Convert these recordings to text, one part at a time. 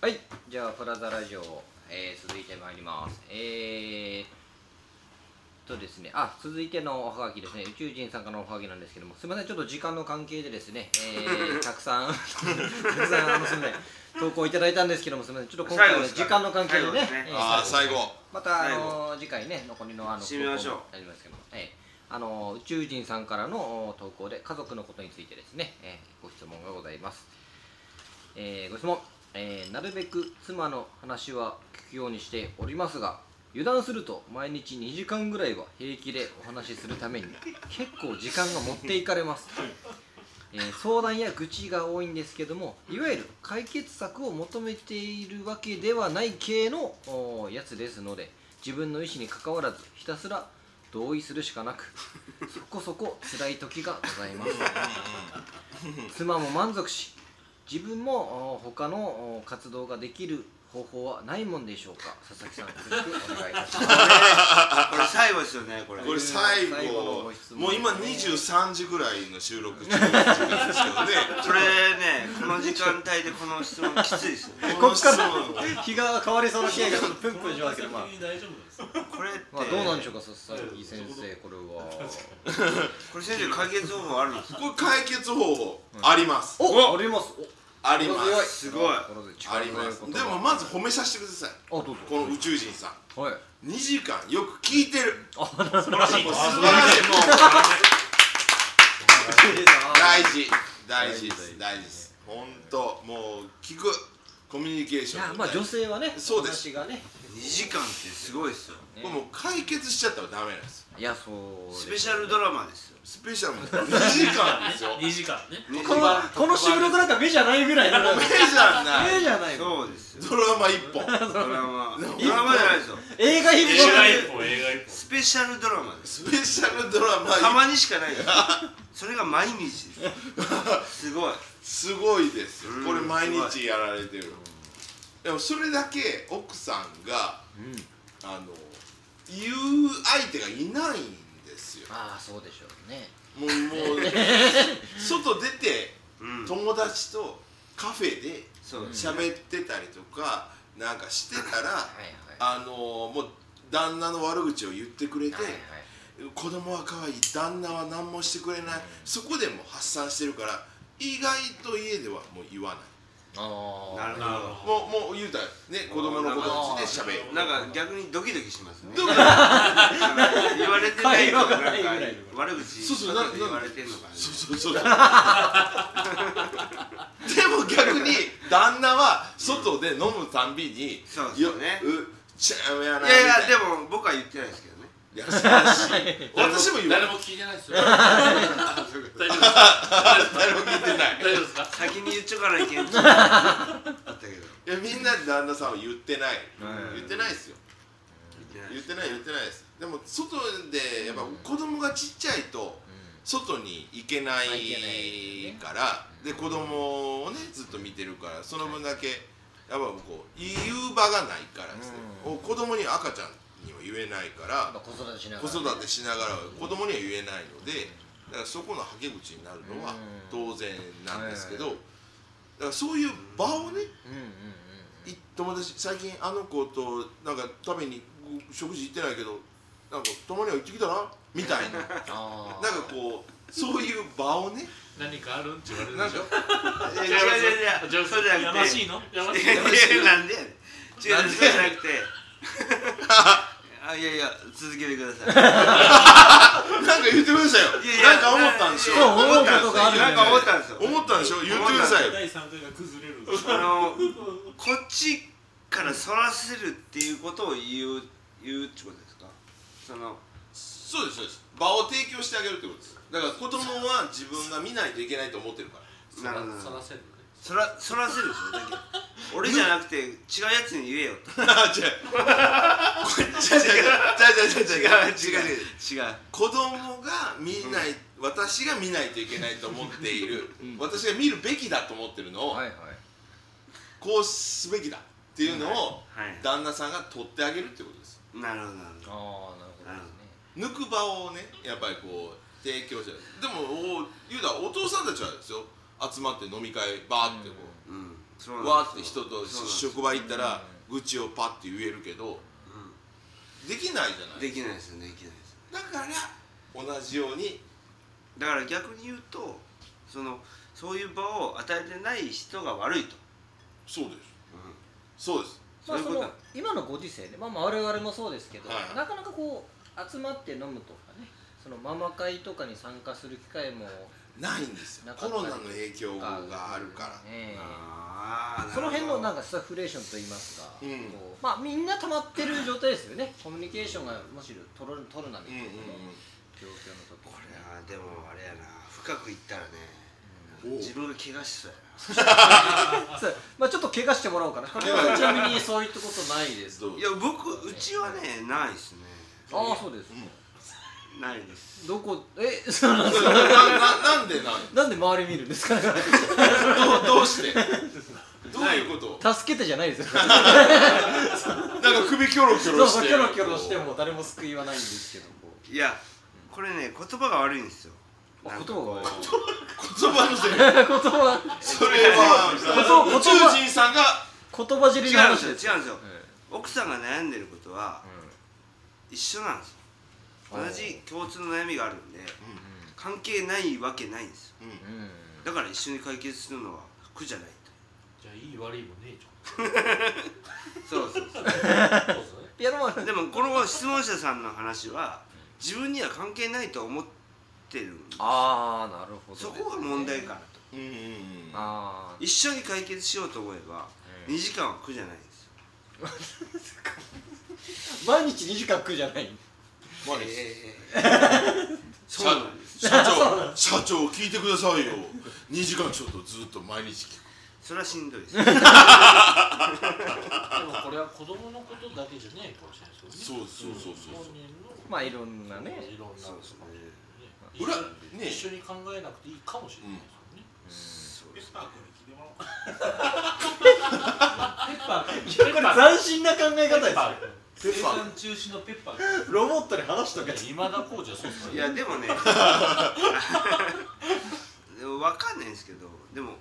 はいじゃあプラザラジオ、えー続いてまいりますえー、っとですねあ続いてのおはがきですね宇宙人さんからのおはがきなんですけどもすみませんちょっと時間の関係でですね、 えーたくさんたくさんあのすみません投稿いただいたんですけどもすみませんちょっと今回最後はです時か間の関係でね最後ですねえーああ最後最後またあの次回ね残りのあの締めましょう投稿もやりますけども、えーあの宇宙人さんからのお投稿で家族のことについてですね、えーご質問がございます、えーご質問、えーなるべく妻の話は聞くようにしておりますが油断すると毎日2時間ぐらいは平気でお話しするために結構時間が持っていかれますえー相談や愚痴が多いんですけどもいわゆる解決策を求めているわけではない系のおーやつですので自分の意思に関わらずひたすら同意するしかなくそこそこ辛い時がございます妻も満足し自分もおー他のおー活動ができる方法はないもんでしょうか佐々木さんよろしくお願いいたしますこれ最後ですよねこれこれ最後最後のご質問もう今23時ぐらいの収録中の時間ですけどねそれねこの時間帯でこの質問きついですよ ね こっから日が変わりそうな気がプンプンしますけどまあ大丈夫ですかこれって、まあどうなんでしょううか佐々木先生これ は。これ先生解決方法あるんですかこれ解決方法あります、おありますありますすごいありますでもまず褒めさせてくださいあどうぞこの宇宙人さはいん2時間よく聞いてる素晴らしいもう素晴らしいもう大事大事です大事です本当もう聞くコミュニケーシいョンやまあ女性はねそうです私がね2時間ってすごいですよこれもう解決しちゃったらダメなんですよいやそうスペシャルドラマですよスペシャルも2時間ですよ2時間ねここのこの収録なんか目じゃないぐらいの 目じゃない目じゃないそうですよドラマ1本ドラマドラマじゃないですよ映画日映画々一本映画一スペシャルドラマですスペシャルドラマた1本まにしかないですそれが毎日ですすごいすごいですようんこれ毎日やられてるでもそれだけ奥さんがあの言う相手がいないんですよああそうでしょうねもうも う外出てうん友達とカフェでそうです喋ってたりとかなんかしてたはいはらいあのもう旦那の悪口を言ってくれてはいはい子供は可愛い旦那は何もしてくれないそこでもう発散してるから意外と家ではもう言わないああなるほなるどほもうもう言うたらね子供のことについて喋るなんか逆にドキドキしますねドキド言われてないのかなんか会話がないぐらい悪口そうそうななん言われてんのかねそうそうそうでも逆に旦那は外で飲むたんびにそうですよねようちゃうやないみたやいいやでも僕は言ってないですけどね優しい 私も言わ誰ないも聞いてないですよ大丈夫です誰も聞いてない大丈夫ですか先に言っちゃからいけんっていうのがあったけどいやみんなで旦那さんは言ってないうん言ってないですよ言ってない言ってない言ってないですでも外でやっぱ子供がちっちゃいと外に行けない行けないねからで子供をねずっと見てるからその分だけやっぱこう言う場がないからですねうん子供に赤ちゃんには言えないから子育てしなが子ら育てしながら子供には言えないのでだからそこのはけ口になるのは当然なんですけどうんだからそういう場をねうんうん うんい友達最近あの子となんか食べにご食事行ってないけどなんかたまには行ってきたなみた いななんかああこうそういう場をね何かあるんって言われるなんでかしょいや違う違う違うそうじゃなくてやましいのやましいいやいやなんでやねん違うなんでそうじゃ なくてあいやいや続けてくださいなんか言ってくださいよいやいやなんか思ったんでしょいやいやそう思うことがあるよねなんか思ったんですよ思ったんでしょ言ってくださいよ第3回が崩れるあのこっちからそらせるっていうことを言う言うってことですかそのそうですそうです場を提供してあげるってことですだから子供は自分が見ないといけないと思ってるからなるほそどらせるそらそらせるでしょだけど俺じゃなくて違うやつに言えよ と違う違う違う違う違う違う違う違う違う違う子供が見ない、私が見ないといけないと思っている、私が見るべきだと思ってるのを、はいはいこうすべきだっていうのを、はい旦那さんが取ってあげるってことですなるほどなるほどああなるほどですね抜く場をねやっぱりこう提供してでもお言うたらお父さんたちはですよ集まって飲み会バーってこう、うんそうなんですよわーって人そうなとんです職場行ったら愚痴をパッて言えるけどできないじゃないできないですよねできないですだから同じようにだから逆に言うとそのそういう場を与えてない人が悪いと、そうですそうですそまあういうそことの今のご時世で、まあ、まあ我々もそうですけど、はいなかなかこう集まって飲むとかねそのママ会とかに参加する機会も、ないんですよなかコったロナの影響があるからね、ああその辺のなんかかスタフレーションといいますか、うんこうまあみんな溜まってる状態ですよねコミュニケーションがむしろ取る取るなみうたいんうんなう状況の時これはでもあれやな深くいったらねおう自分が怪我しそうやそうまあちょっと怪我してもらおうかな神山さんちなみに そういったことないですどうないや僕うちはねないですねああそうです、ないですどこえそうなんですなななんでないなんで周り見るんですかどうどうしてどういうこ と助けてじゃないですよなんか首キョロキョそうロしそうてキョロキョロしても誰も救いはないんですけどこういやこれね言葉が悪いんですよあなん言か葉が悪い言葉のせい言葉それは言葉宇宙人さんが言葉 尻違のうんで話すよです違うんですようん奥さんが悩んでることは一緒なんですようん同じ共通の悩みがあるんで関係ないわけないんですようんうんうんだから一緒に解決するのは苦じゃないじゃあいい悪いもねえじとそうそうそうゃんそうですいねやでもでもこの質問者さんの話は自分には関係ないと思ってるんですああなるほどそこが問題かなとうんうんうんああ一緒に解決しようと思えばうん2時間は苦じゃないんですよ毎日2時間食うじゃないまあそうなんです社長社長聞いてくださいよ2時間ちょっとずっと毎日聞く それはしんどいですでもこれは子供のことだけじゃねえかもしれないですよねそうそうそうそうそう本人のまあいろんなねいろんなそうですねね裏一緒ね一緒に考えなくていいかもしれないですよそねうですペッパー君いやこれ斬新な考え方ペでッパー君ペッ生パー産中止のペッパー君すロボットに話しとけ今田耕司はそうですいねやでも ねでも分かんないんですけどでも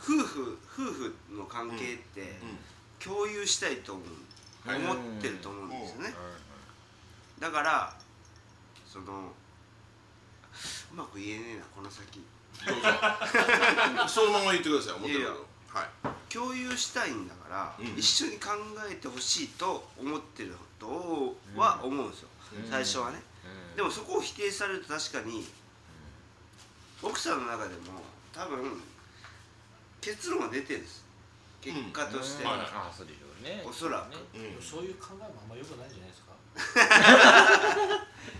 夫婦夫婦の関係って共有したいと思う、はい思ってると思うんですよねだからそのうまく言えねえなこの先どうぞそのまま言ってください思ってるいこやいとはい共有したいんだから、うん一緒に考えてほしいと思ってることは思うんですよ、うん最初はね、でももそこを否定されると確かに奥さんの中でも多分結論が出てるんです結果として、うんはいああそうでしょうねおそらくねうんそういう考えもあんま良くないんじゃないですか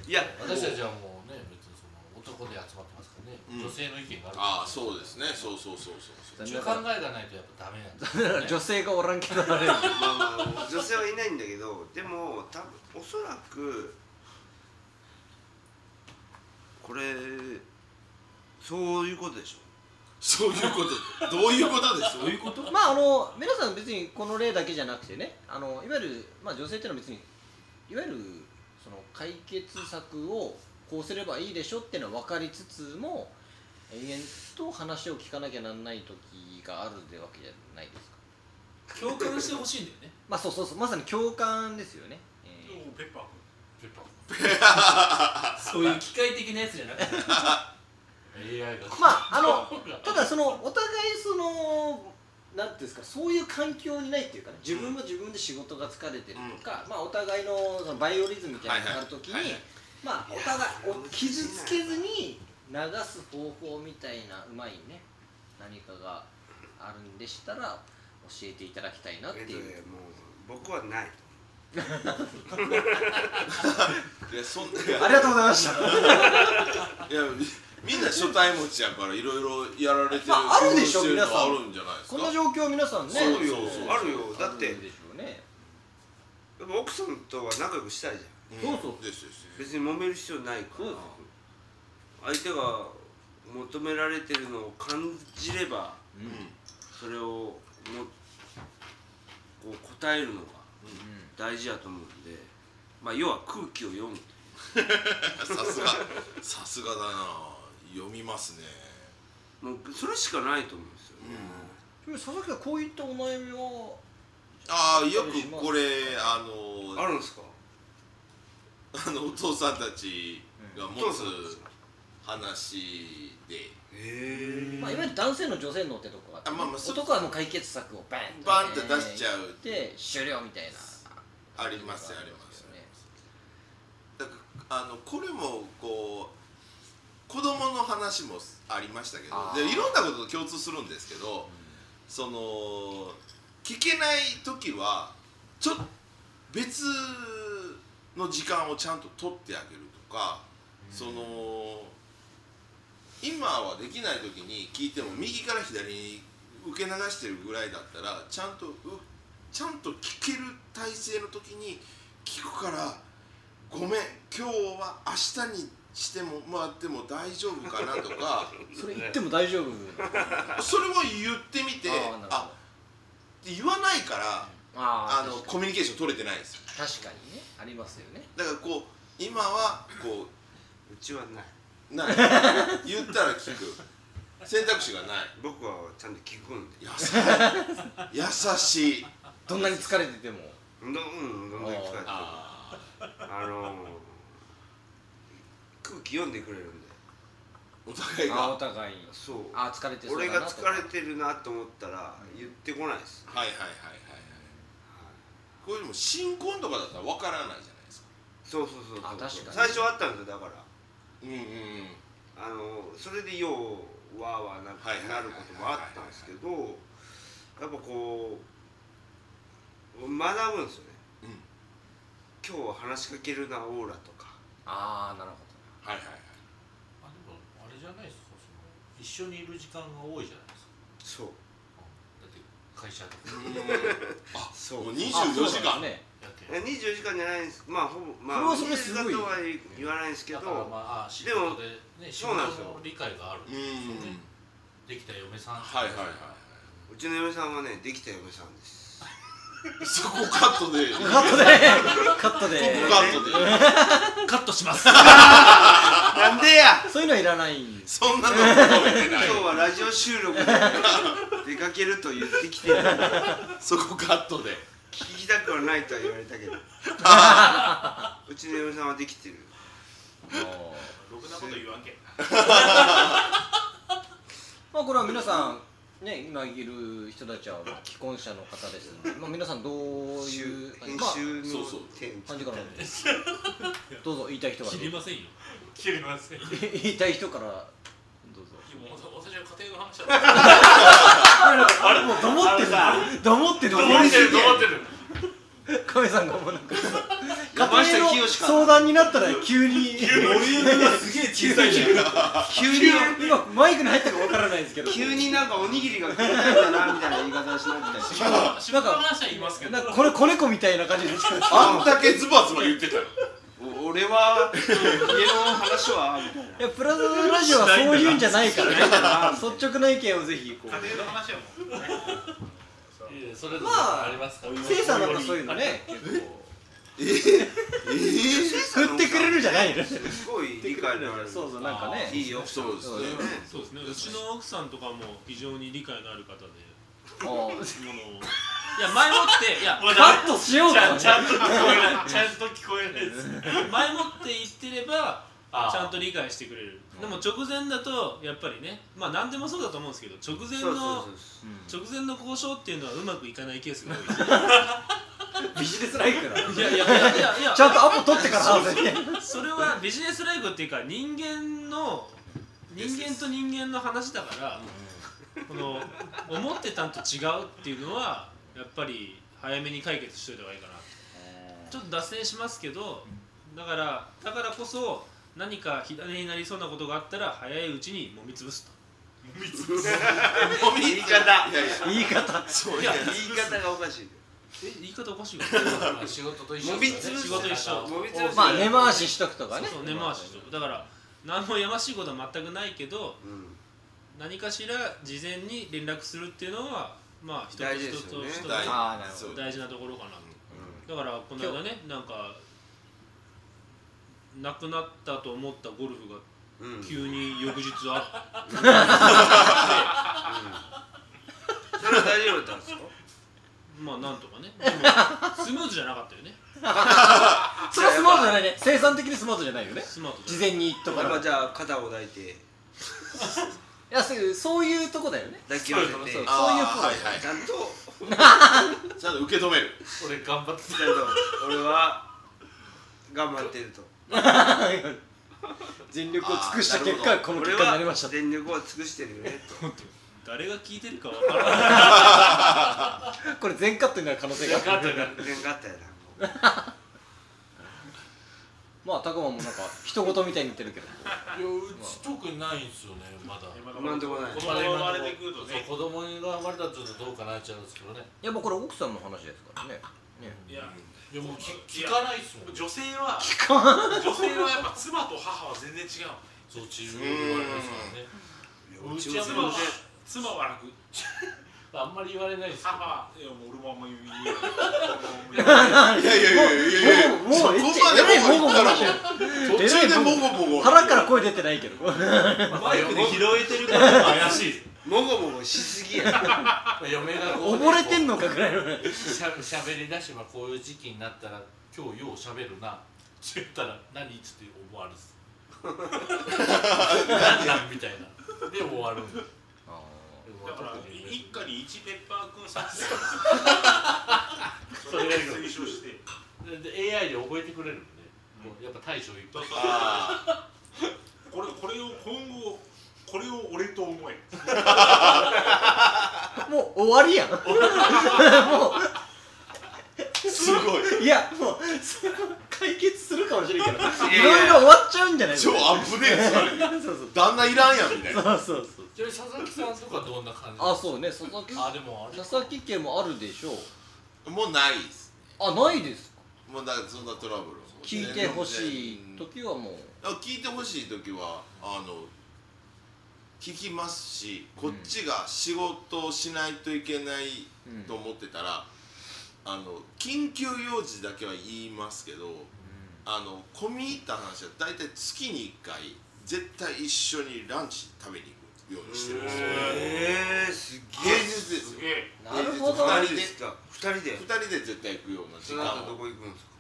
いや私たちはもうね別にその男で集まってますからね、うん女性の意見がああるあそうですねそうそうそうそうそういう考えがないとやっぱダメなんですよ、ね、 女性がおらんけどあれまあまあ女性はいないんだけどでも多分おそらくこれそういうことでしょそういうことどういうことですどういうことまああの皆さん別にこの例だけじゃなくてねあのいわゆる、まあ、女性っていうのは別にいわゆるその解決策をこうすればいいでしょっていうのは分かりつつも延々と話を聞かなきゃなんない時があるわけじゃないですか共感してほしいんだよねまあそうそうそうまさに共感ですよね、えペッパー君ペッパそういう機械的なやつじゃなくてー AI がーまああのただそのお互いそのなんていうんですかそういう環境にないっていうかね自分は自分で仕事が疲れてるとか、まあお互いのそのバイオリズムみたいなのがあるときに、はいはいはいまあお互いお傷つけずに流す方法みたいなうまいね何かがあるんでしたら教えていただきたいなってえっとねいう、もう僕はないいやそんいありがとうございましたやみんな初対持ちやからいろいろやられてるまああるでしょ工夫てるの皆さんあるんじゃないですかこの状況皆さんねそうよあるよだってあるでしょうねでも奥さんとは仲良くしたいじゃんそうそううんですですです別に揉める必要ないから相手が求められてるのを感じればうんうんそれをもこう答えるのが大事やと思うんで、まあ、要は空気を読むさすがさすがだな読みますねもうそれしかないと思うんですよね、でも佐々木はこういったお悩みはああよくこれあのあるんですかあのお父さんたちが持どうつするんですか話でへえまあ、いわゆる男性の女性のってとこがあってあまあまあそう男はもう解決策をバンバンって出しちゃうで終了みたいなありますありますだからあのこれもこう子供の話もありましたけどあーでいろんなことと共通するんですけど、その聞けない時はちょっと別の時間をちゃんと取ってあげるとか、その今はできない時に聞いても右から左に受け流してるぐらいだったらちゃんとうちゃんと聞ける体制の時に聞くからごめん今日は明日にしてももらっても大丈夫かなと かそれ言っても大丈夫それも言ってみてあーなるほどあって言わないから ああののコミュニケーション取れてないんですよ確かにねありますよねだからこう今はこうちはないう ない言ったら聞く選択肢がない僕はちゃんと聞くんで優 しい優しいどんなに疲れててもうんどうんどんどん聞かれてあああのー、空気読んでくれるんでお互いがあおは互いにそうあ疲れてそうだ俺ながと疲れてるなと思ったら言ってこないですいはいはいはいはいこれでも新婚とかだったらわからないじゃないですかそうそうそうそうあ確かに最初あったんですよだからうんうんうんあのそれでようわーわーなはいはいなるはいこともあったんですけどやっぱこう学ぶんですよねうん今日は話しかけるなオーラとかああなるほはいはいはいあでもあれじゃないですかその一緒にいる時間が多いじゃないですそかうだって会社とかあそもうう24どあそう時なん間ですねやってえ24時間じゃないんですまあほぼまあそれはそれすごい24時間とは言わないんですけどだからまあああ仕でも事でね仕そう事なんですよの理解があるんうでんすようんねできた嫁さんはいはいはうちの嫁さんはねできた嫁さん ですいそこカットでここカットでカットでカットでカットしますなんでやそういうのはいらないんですそんなの求めて今ない日はラジオ収録で出かけると言ってきてそこカットで聞きたくはないとは言われたけどうちの嫁さんはできてるろくなこと言わんけまあこれは皆さんね今いる人たちはまあ既婚者の方ですので、まあ、皆さんどういう編まあ集のそうそう点感じからなんですどうぞ言いたい人から切りませんよ切れませんよ言いたい人からどうぞもう私は家庭の話だあれもう黙ってる黙ってる黙ってる黙ってる亀さんがもうなんか山家下庭の清か相談になったら急にすげえ小さいじゃん急に今マイクに入ったかわからないですけど急になんかおにぎりが食いたいんだなみたいな言い方をしなきゃいけない仕事の話は言いますけどなんかこれ子猫みたいな感じでしたあんだけズバズバ言ってたよお俺は家の話はみたいないやプラザラジオはそういうんじゃないからね率直な意見をぜひこう家庭の話はもういやそれぞれまあありますからせいさんなんかそういうのね結構ええ振ってくれるじゃないのすごい理解のあるそうそうなんかいねいよそうですねそうですね。うちの奥さんとかも非常に理解のある方で、もうものをいや前もっていや まあカットしようちゃかんちなゃんと聞こえないちゃんと聞こえないです前もって言ってればあーちゃんと理解してくれる。でも直前だとやっぱりね、まあ何でもそうだと思うんですけど、直そう前そうのそう直前の交渉っていうのはうまくいかないケースが多いです。ビジネスライクだ いやいやいやいやいやち。ゃんとアポ取ってから話せそれはビジネスライフっていうか人間の人間と人間の話だから、この思ってたんと違うっていうのはやっぱり早めに解決しといた方がいいかなちょっと脱線しますけどだからだからこそ何か火種になりそうなことがあったら早いうちに揉み潰すと言い方いやいや言い方そういいやや言い方がおかしいえ言い方おかし いわ仕事と一緒もみつぶ仕事一緒もみつぶしまあ根回ししとくとそかうねそう根回ししとくだから何もやましいことは全くないけどうん何かしら事前に連絡するっていうのはまあ一つ大事で一つすよね一つ大事あーなるほどそう大事なところかなだからこの間ねなんか亡くなったと思ったゴルフがうんうん急に翌日あっそれは大丈夫だったんですか まあなんとかねでもスムーズじゃなかったよねそれはスマートじゃないね生産的にスマートじゃないよねスマート事じゃ前にとかやらっぱいじゃあ肩を抱いてやそうそういうとこだよね抱き寄せてそうそうそうちあーそういう方はいはいゃんとちゃんと受け止める俺頑張ってちゃんと俺は頑張ってると全力を尽くしたあーなる結ほど果この俺結果になりまはした全力を尽くしてるよね誰が聞いてる かわからないこれ全カットになる可能性があると全然あったやなまあタコマもなんか人事みたいに言ってるけどいやうち特にないんですよねまだ今んとこない子供が生まれてくるとねそう子供が生まれたらちょっとどうかなっちゃうんですけどねいやもうこれ奥さんの話ですからねねいやいやもう聞聞かないっすもん女性は女性はやっぱ妻と母は全然違うそうち言われますからねううちちもは全もう然妻は楽あんまり言われないですけど母はいやもう俺もあんま言えないいやいやいやいやいやもうもうそこまで僕言ったらもうえらいもごもご途中でボコボコ腹から声出てないけどマイクで拾えてるから怪 しいもごもごしすぎや嫁がこうね溺れてんのかぐらいのねしゃしゃべりだしばこういう時期になったら今日ようしゃべるなって言ったら何っつって思われる何なんみたいなで終わるんだだから一家に一ペッパーくんさんそれを推奨してでで AI で覚えてくれるんで、もうやっぱ大将いっぱいあーこれこれを今後これを俺と思えもう終わりやんもすごいういやもうそれは解決するかもしれんけどいいやろいろ終わっちゃうんじゃない超そうアップデートされるそうそう旦那いらんやんみたいなそうそうそうちなみに佐々木さんとかどんな感じあそうね佐々木あでもあれ佐々木家もあるでしょうもうないっすあないですかもうだからそんなトラブルは聞いてほしい時はもうあ聞いてほしい時はあの聞きますしこっちが仕事をしないといけないうんと思ってたら、あの緊急用事だけは言いますけどあの込み入った話は大体月に1回絶対一緒にランチ食べに行くようにしてるんですよえーす平げえ日ですよえなるほど平二人日二人でですか二人で2人で絶対行くような時その後間どをこ行くんですか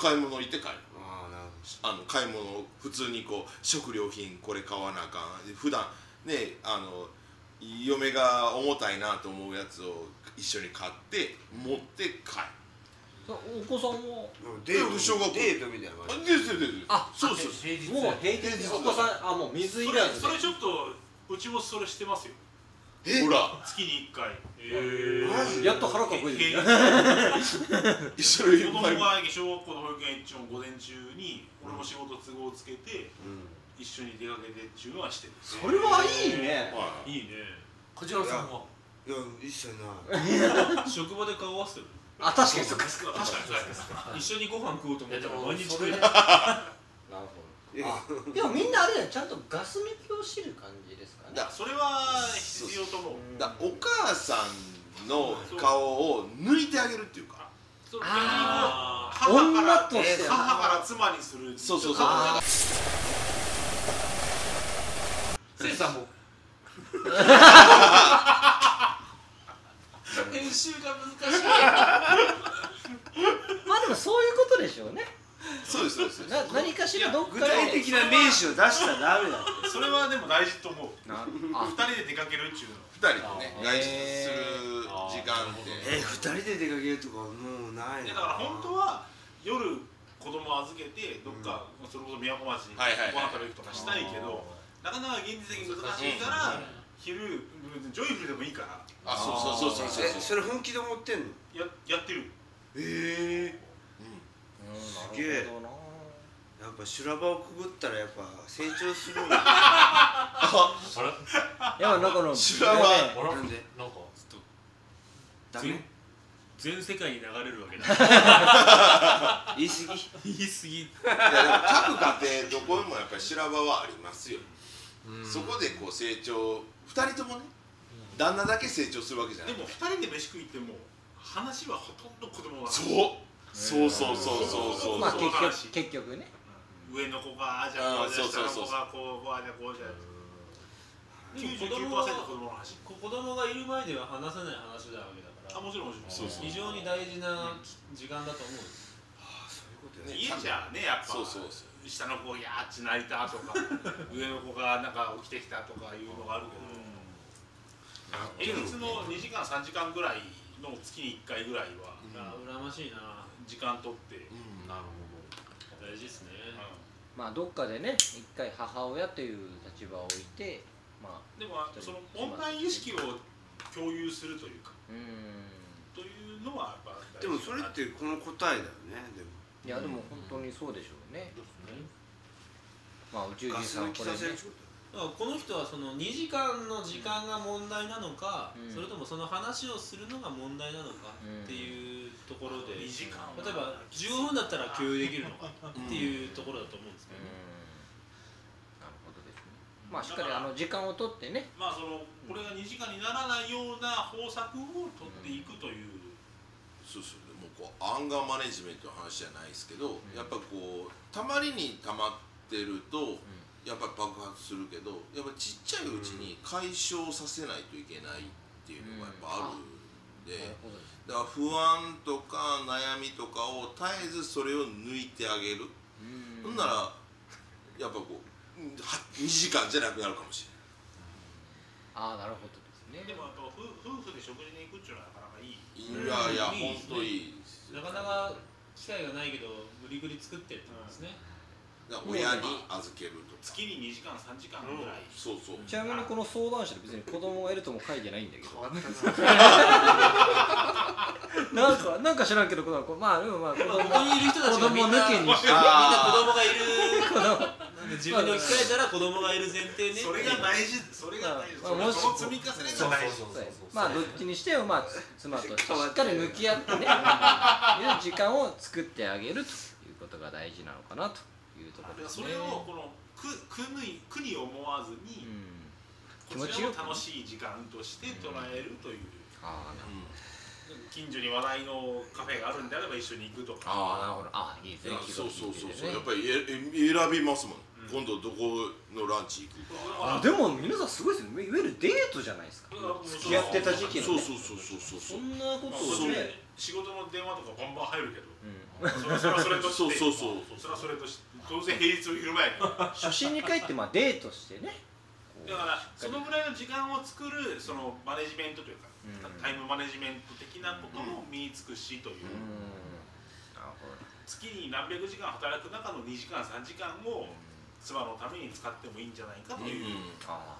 買い物行って帰るああなるほあの買い物普通にこう食料品これ買わなあかん普段ねあの嫁が重たいなと思うやつを一緒に買って持って帰そうお子さんはどデーで小学ト校デートみたいなる感あですですですあそうそう平日もう平気ですお子さんあもう水いらずそれそれちょっとうちもそれしてますよほら月に一回マジえでやっと腹かこいてる平日一緒にい子っ供ぱいが小学校の保育園一応午前中に俺も仕事都合をつけてじうん一緒に出かけてっていうのはしてるそれはいいねはいいいねこちらさんはいや一切ない職場で顔合わせてるあ確かにそっか確かにそうや一緒にご飯食おうといや思っでたらも毎日そ食れえるなるほいやどでもみんなあれだよちゃんとガス抜きを知る感じですかねだそれは必要と思うだお母さんの顔を抜いてあげるっていうかそれあ母ーか女らとして母から妻にするそうそうそうあーせいさんも編集が難しいまあでもそういうことでしょうねそうですそうですそうですな何かしらどっかで具体的な名詞を出したらダメだってそれはでも大事と思うな二あ人で出かけるっちゅうの二人でねあー外出する時間っへえ二人でて出かけるとかもうないいなやだから本当は夜子供預けてどっか、それこそ宮古町にごはいはいはい飯食べるとかしたいけど、なかなか現実的に難しいかうらん昼別にジョイフルでもいいからあそうそうそうそうえそう それ本気で思ってんのややってるええうんすげえなるほどなやっぱ修羅場をくぐったらやっぱ成長する んだあれいやなんかの修羅場あらなんでなんかダメ全世界に流れるわけだ言い過ぎ言い過ぎいやでも各家庭どこにもやっぱり修羅場はありますよ、そこでこう成長2人ともね旦那だけ成長するわけじゃなでいも二人で飯食いっても話はほとんど子供がそうそうそうそうそうそうそう、まあそ結う局結局ね上の子がああじゃあこうじゃあ下の子がこうこうああじゃあこうじゃあ99%子供の話こ子供がいる前では話せない話なわけだあからもちろんもちろんそうそう非常に大事な時間だと思うんですね家じゃねやっぱそうそうそ下の子いやーっち泣いたとか上の子がなんか起きてきたとかいうのがあるけど平日の2時間3時間ぐらいの月に1回ぐらいはうんあー羨ましいな時間取って、ううんんなる大事ですねまあどっかでね一回母親という立場を置いてまあでもその問題意識を共有するというかうーんというのはやっぱでもそれってこの答えだよねでもいやでも本当にそうでしょうね、まあ宇宙ガ人スさん抜はきこれさねせるってこだからこの人はその2時間の時間が問題なのか、うんそれともその話をするのが問題なのかうんっていうところで、 2時間例えば15分だったら共有できるのかっていうところだと思うんですけうーんなどね、るほどですねまあしっかりあの時間を取ってねまあそのこれが2時間にならないような方策を取っていくという、そうそうでもこうアンガーマネジメントの話じゃないですけど、やっぱこうたまりにたまってると、やっぱ爆発するけどやっぱちっちゃいうちに解消させないといけないっていうのがやっぱあるんで、なるほどですだから不安とか悩みとかを絶えずそれを抜いてあげる、うーほんならやっぱこううんは2時間じゃなくなるかもしああなるほどですでねもやっぱ夫夫婦で食事に行くっていうのはなかなかいいれないいやいやうんほんといいですよなかなか機会がないけど無理くり作ってってことですね、だから親に預けるとか月に2時間3時間ぐらい、そうそうちなみにこの相談者で別に子供がいるとも書いてないんだけどとだ なんかなんか知らんけどこのまあでもまあ子まあここにいる人たちがみん子供な抜きみんに なし子て供がいるなんで自分で置き換えたら子供がいる前提ねそれが大事それが大事、まあそれまあその積み重ねが大事そうですまあどっちにしてもまあ妻と しっかり向き合ってねいう時間を作ってあげるということが大事なのかなというところですそねれをこの苦苦に苦に思わずうに、ん気こ持ちちらよをく楽しい時間として捉えるという、ああなるほど近所に話題のカフェがあるんであれば一緒に行くとかああなるあほどああいいですいねやそうそうそうそう、ねやっぱりええ選びますもん、今度どこのランチ行くかあでも皆さんすごいですねいわゆるデートじゃないですか付き合ってた時期のねそうそうそうそうそうそうんなこまあ、そうそねれ仕事の電話とかバンバン入るけどうんそれそれはそれとしてそうそうそうそれはそれとして当然平日の昼前やから初心に帰ってまあデートしてねだからそのぐらいの時間を作るそのマネジメントというか、うんタイムマネジメント的なことも身につくしという、うんなるほど月に何百時間働く中の2時間3時間を妻のために使ってもいいんじゃないかとういう、んあ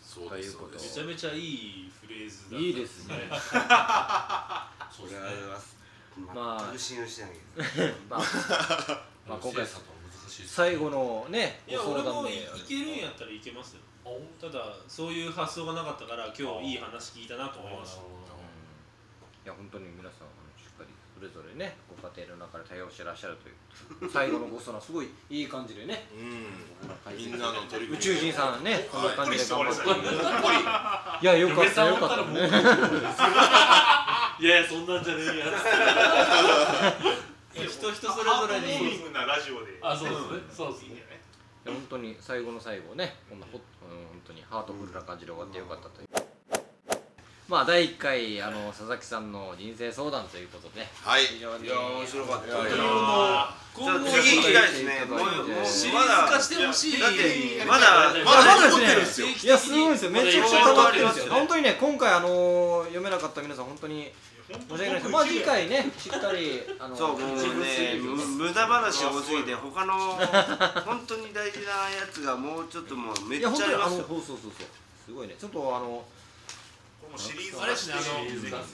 そうですそうでめすちゃめちゃいいフレーズあだったいいですねそれはまあ全く信用してないけまあまあ今回最後のねいやご俺相談もでいいけるんやったらいけますよただそういう発想がなかったから今日いい話聞いたなと思いましたいや本当に皆さんあのしっかりそれぞれねご家庭の中で対応してらっしゃるという最後のご相談すごいいい感じでねうんみんなの取り組み宇宙人さんねこんな感じで頑張ってほっいやよかったよかったねいやいやそんなんじゃねえやいや人人それぞれにハートウォーミングなラジオであそうですねそうですいいんじゃないいや本当に最後の最後ねこんなほ、うん、本当にハートフルな感じで終わってよかったという、まあ第1回あの佐々木さんの人生相談ということでねはい非常にどいやー面白かったいやいいやや今後じゃあ次行きたいですねもうもうシリまーズ化だしてほしいだってまだまだまだです定ね期的にいやすごいですよめちゃくちゃ溜まってるんですよまだ本当にね今回あの読めなかった皆さん本当に申し訳ないですまあ次回ねしっかりあのそうもうねむ無駄話が多すぎて他の 本当に大事なやつがもうちょっともうめっいちゃやあり本当にあのますそうよそうそうそうすごいねちょっとあのこれもシリーズあれですねあのシリーズ化ね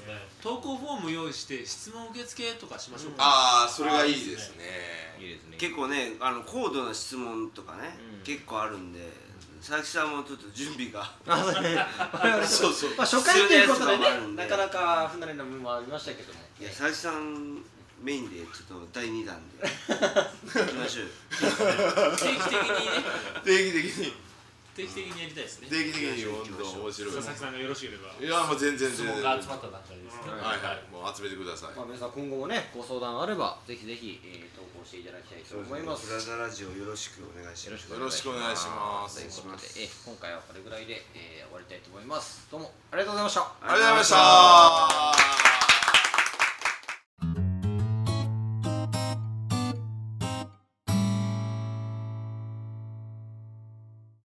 投稿フォーム用意して質問受付とかしましょうか、ああそれがいいですねいいですね結構ねあの高度な質問とかね、うん結構あるんで佐々木さんもちょっと準備があそうね我々 そうそうまあ初回ということで必要なやつがあるんねでなかなか不慣れな部分もありましたけどもいや佐々木さんメインでちょっと第2弾でいきましょうよ定期的にね定期的に定期的にやりたいですね定期的に本当面白い佐々木さんがよろしければいやもう全然全質然問はがい集まった段階ですね。はいもう集めてくださいまあ、皆さん今後もねご相談あればぜひぜひ、えー投稿していただきたいと思いますプラザラジオよろしくお願いしますよろしくお願いしますということで、えー今回はこれぐらいで、えー終わりたいと思いますどうもありがとうございましたありがとうございました